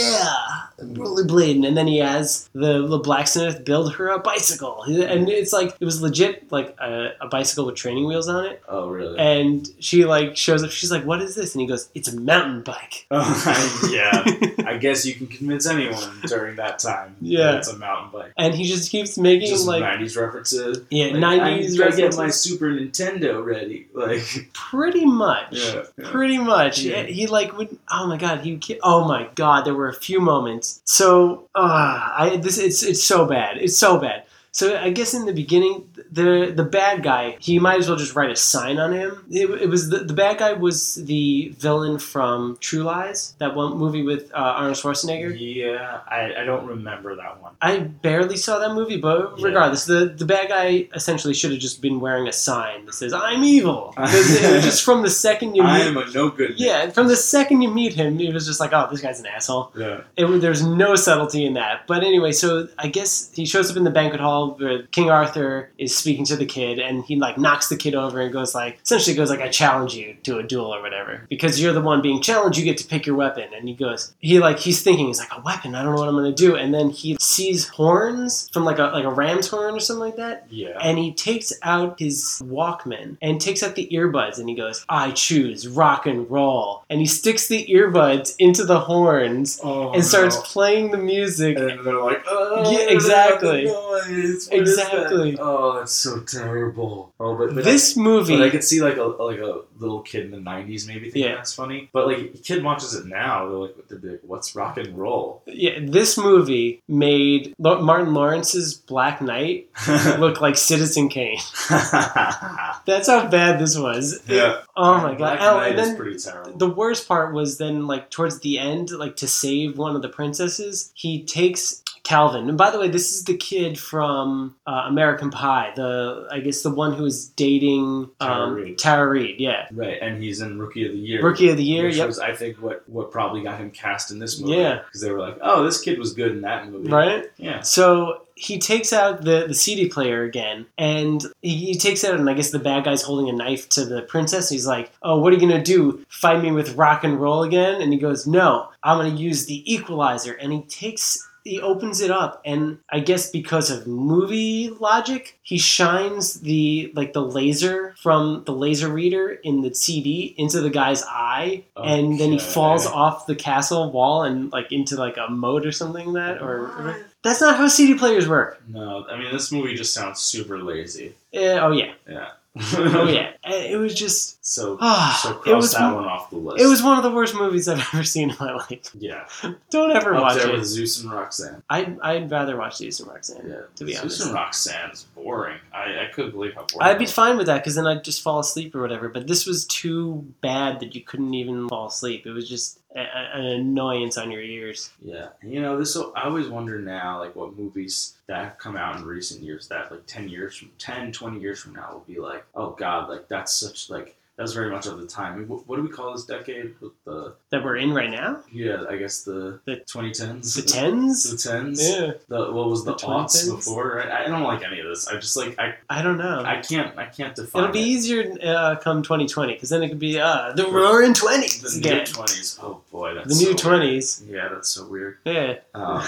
A: Yeah, rollerblading, and then he has the, the blacksmith build her a bicycle, and it's like it was legit, like a, a bicycle with training wheels on it.
B: Oh, really?
A: And she like shows up. She's like, "What is this?" And he goes, "It's a mountain bike."
B: Oh, yeah. I guess you can convince anyone during that time. that
A: Yeah.
B: it's a mountain bike.
A: And he just keeps making
B: Just
A: like
B: '90s references.
A: yeah,
B: Like,
A: nineties
B: I gotta get my
A: references.
B: Super Nintendo ready. Like,
A: Pretty much.
B: yeah, yeah.
A: Pretty much.
B: Yeah.
A: He, he, like would. Oh my god. He. ki- Oh my god. There were a few moments. So uh, I this it's it's so bad. It's so bad. So I guess in the beginning, the the bad guy he might as well just write a sign on him. It, it was the, the bad guy was the villain from True Lies, that one movie with uh, Arnold
B: Mm-hmm.
A: Schwarzenegger.
B: Yeah, I, I don't remember that one.
A: I barely saw that movie, but
B: Yeah.
A: regardless, the, the bad guy essentially should have just been wearing a sign that says "I'm evil." 'Cause it was just from the second you
B: I
A: meet
B: am a no good.
A: yeah, and from the second you meet him, it was just like, oh, this guy's an asshole.
B: Yeah.
A: It, there's no subtlety in that. But anyway, so I guess he shows up in the banquet hall where King Arthur is speaking to the kid, and he like knocks the kid over and goes like, essentially goes like, I challenge you to a duel or whatever, because you're the one being challenged. You get to pick your weapon, and he goes, he like he's thinking, he's like, a weapon. I don't know what I'm gonna do, and then he sees horns from like a like a ram's horn or something like that,
B: Yeah.
A: and he takes out his Walkman and takes out the earbuds and he goes, I choose rock and roll. And he sticks the earbuds into the horns
B: Oh,
A: and starts
B: no.
A: playing the music.
B: And then they're like, oh,
A: Yeah,
B: what is
A: exactly.
B: that noise? What is that?"
A: Exactly.
B: Oh, that's so terrible. Oh, but, but
A: this movie,
B: But I could see like a like a little kid in the '90s maybe thinking
A: Yeah.
B: that's funny. But like a kid watches it now, they're like, they'd be like, "What's rock and roll?"
A: yeah, this movie made Lo- Martin Lawrence's Black Knight look like Citizen Kane.
B: yeah,
A: That's how bad this was. Oh my god!
B: Black
A: Oh,
B: Knight
A: and
B: is
A: then
B: pretty terrible.
A: The worst part was then, like, towards the end, like, to save one of the princesses, he takes Calvin. And by the way, this is the kid from uh, American Pie. The I guess the one who is dating um,
B: Tara Reid.
A: Tara Reid. Yeah,
B: Right, and he's in Rookie of the Year.
A: Rookie of the Year.
B: Which
A: Yep.
B: was, I think, what, what probably got him cast in this movie.
A: Yeah.
B: Because they were like, oh, this kid was good in that movie.
A: Right.
B: Yeah.
A: So he takes out the, the CD player again, and he, he takes out, and I guess the bad guy's holding a knife to the princess. He's like, "Oh, what are you gonna do? Fight me with rock and roll again?" And he goes, "No, I'm gonna use the equalizer." And he takes. He opens it up, and I guess because of movie logic, he shines the like the laser from the laser reader in the CD into the guy's eye, and then he
B: Okay.
A: falls off the castle wall and like into like a moat or something like that or that's not how CD players work.
B: No, I mean, this movie just sounds super lazy.
A: Eh, oh yeah,
B: Yeah.
A: oh yeah. Eh, It was just
B: So,
A: ah,
B: so
A: it
B: cross
A: was
B: that one off the list.
A: it was one of the worst movies I've ever seen in my life.
B: Yeah.
A: Don't ever
B: Up
A: watch
B: there with
A: it.
B: Zeus and Roxanne.
A: I'd I'd rather watch these than Roxanne.
B: Yeah.
A: to be
B: Zeus
A: honest.
B: and Roxanne's boring. I, I couldn't believe how boring
A: I'd be
B: that was.
A: fine with that because then I'd just fall asleep or whatever. But this was too bad that you couldn't even fall asleep. It was just a, a- an annoyance on your ears.
B: Yeah, and you know this. I always wonder now, like what movies that have come out in recent years that, like, ten years from 10, 20 years from now, will be like, oh god, like that's such like that's very much of the time. I mean, What, what do we call this decade? With the
A: That we're in right now,
B: yeah, I guess the
A: The-
B: twenty tens,
A: the tens.
B: the tens.
A: Yeah,
B: The, what was the,
A: The
B: aughts
A: 2010s?
B: before? Right? I don't like any of this. I just like I
A: I don't know.
B: I can't I can't define
A: It'll be
B: it.
A: easier uh, come 2020 because then it could be uh, the roaring twenties
B: the
A: again.
B: new twenties. Oh boy, that's
A: The new
B: so weird.
A: twenties.
B: Yeah, that's so weird.
A: Yeah.
B: Um,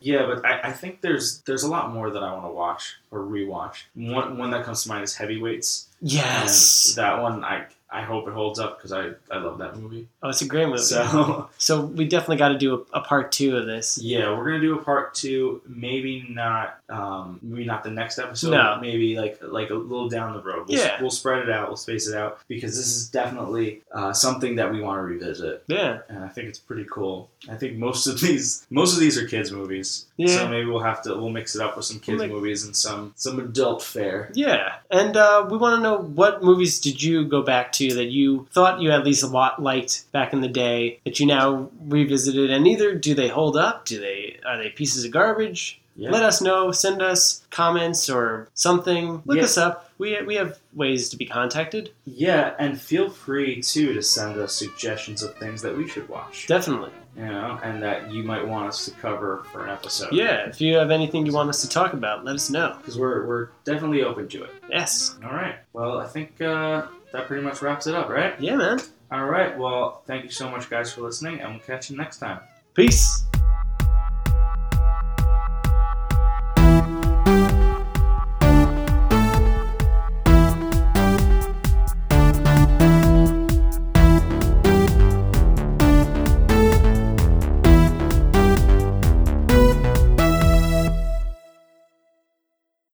B: Yeah, but I, I think there's there's a lot more that I want to watch or rewatch. One one that comes to mind is Heavyweights. And
A: yes.
B: that one I I hope it holds up because I I love that movie.
A: Oh, it's a great movie. So,
B: So
A: we definitely got to do a, a part two of this.
B: yeah, we're gonna do a part two. Maybe not um maybe not the next episode.
A: No.
B: Maybe like like a little down the road. We'll,
A: Yeah.
B: We'll spread it out. We'll space it out because this is definitely uh, something that we want to revisit.
A: Yeah.
B: and I think it's pretty cool. I think most of these most of these are kids movies,
A: Yeah.
B: so maybe we'll have to we'll mix it up with some kids
A: We'll make-
B: movies and some some adult fare.
A: Yeah. And uh, we want to know what movies did you go back to that you thought you at least a lot liked back in the day that you now revisited and either do they hold up? Do they are they pieces of garbage?
B: Yeah,
A: Let us know. Send us comments or something. Look
B: Yeah.
A: us up. We we have ways to be contacted.
B: yeah, and feel free too to send us suggestions of things that we should watch,
A: Definitely.
B: you know, and that you might want us to cover for an episode.
A: Yeah, if you have anything you want us to talk about, let us know.
B: because we're we're definitely open to it.
A: Yes.
B: All right, well, I think uh, that pretty much wraps it up, right?
A: Yeah, man.
B: All right, well, thank you so much, guys, for listening, and we'll catch you next time.
A: Peace.